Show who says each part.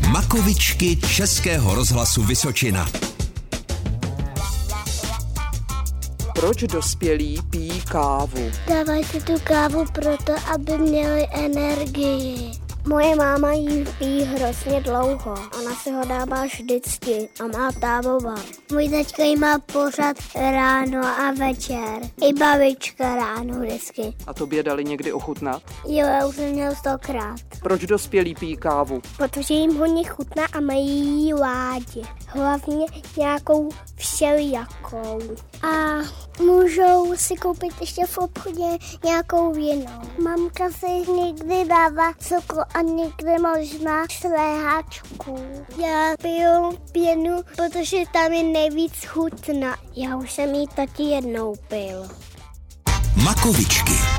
Speaker 1: Píkovičky Českého rozhlasu Vysočina.
Speaker 2: Proč dospělí pijí kávu?
Speaker 3: Dávají si tu kávu proto, aby měli energii. Moje máma ji pí hrozně dlouho. Ona si ho dává vždycky a má tábovar. Můj taťka ji má pořád ráno a večer. I babička ráno vždycky.
Speaker 2: A tobě dali někdy ochutnat?
Speaker 3: Jo, já už jsem měl stokrát.
Speaker 2: Proč dospělí pijí kávu?
Speaker 3: Protože jim hodně chutná a mají ji rádi. Hlavně nějakou všelijakou. A můžou si koupit ještě v obchodě nějakou jinou. Mamka si někdy dává cukru a někdy možná šlehačku. Já piju pěnu, protože tam je nejvíc chutná. Já už jsem ji taky jednou pil.
Speaker 1: Makovičky.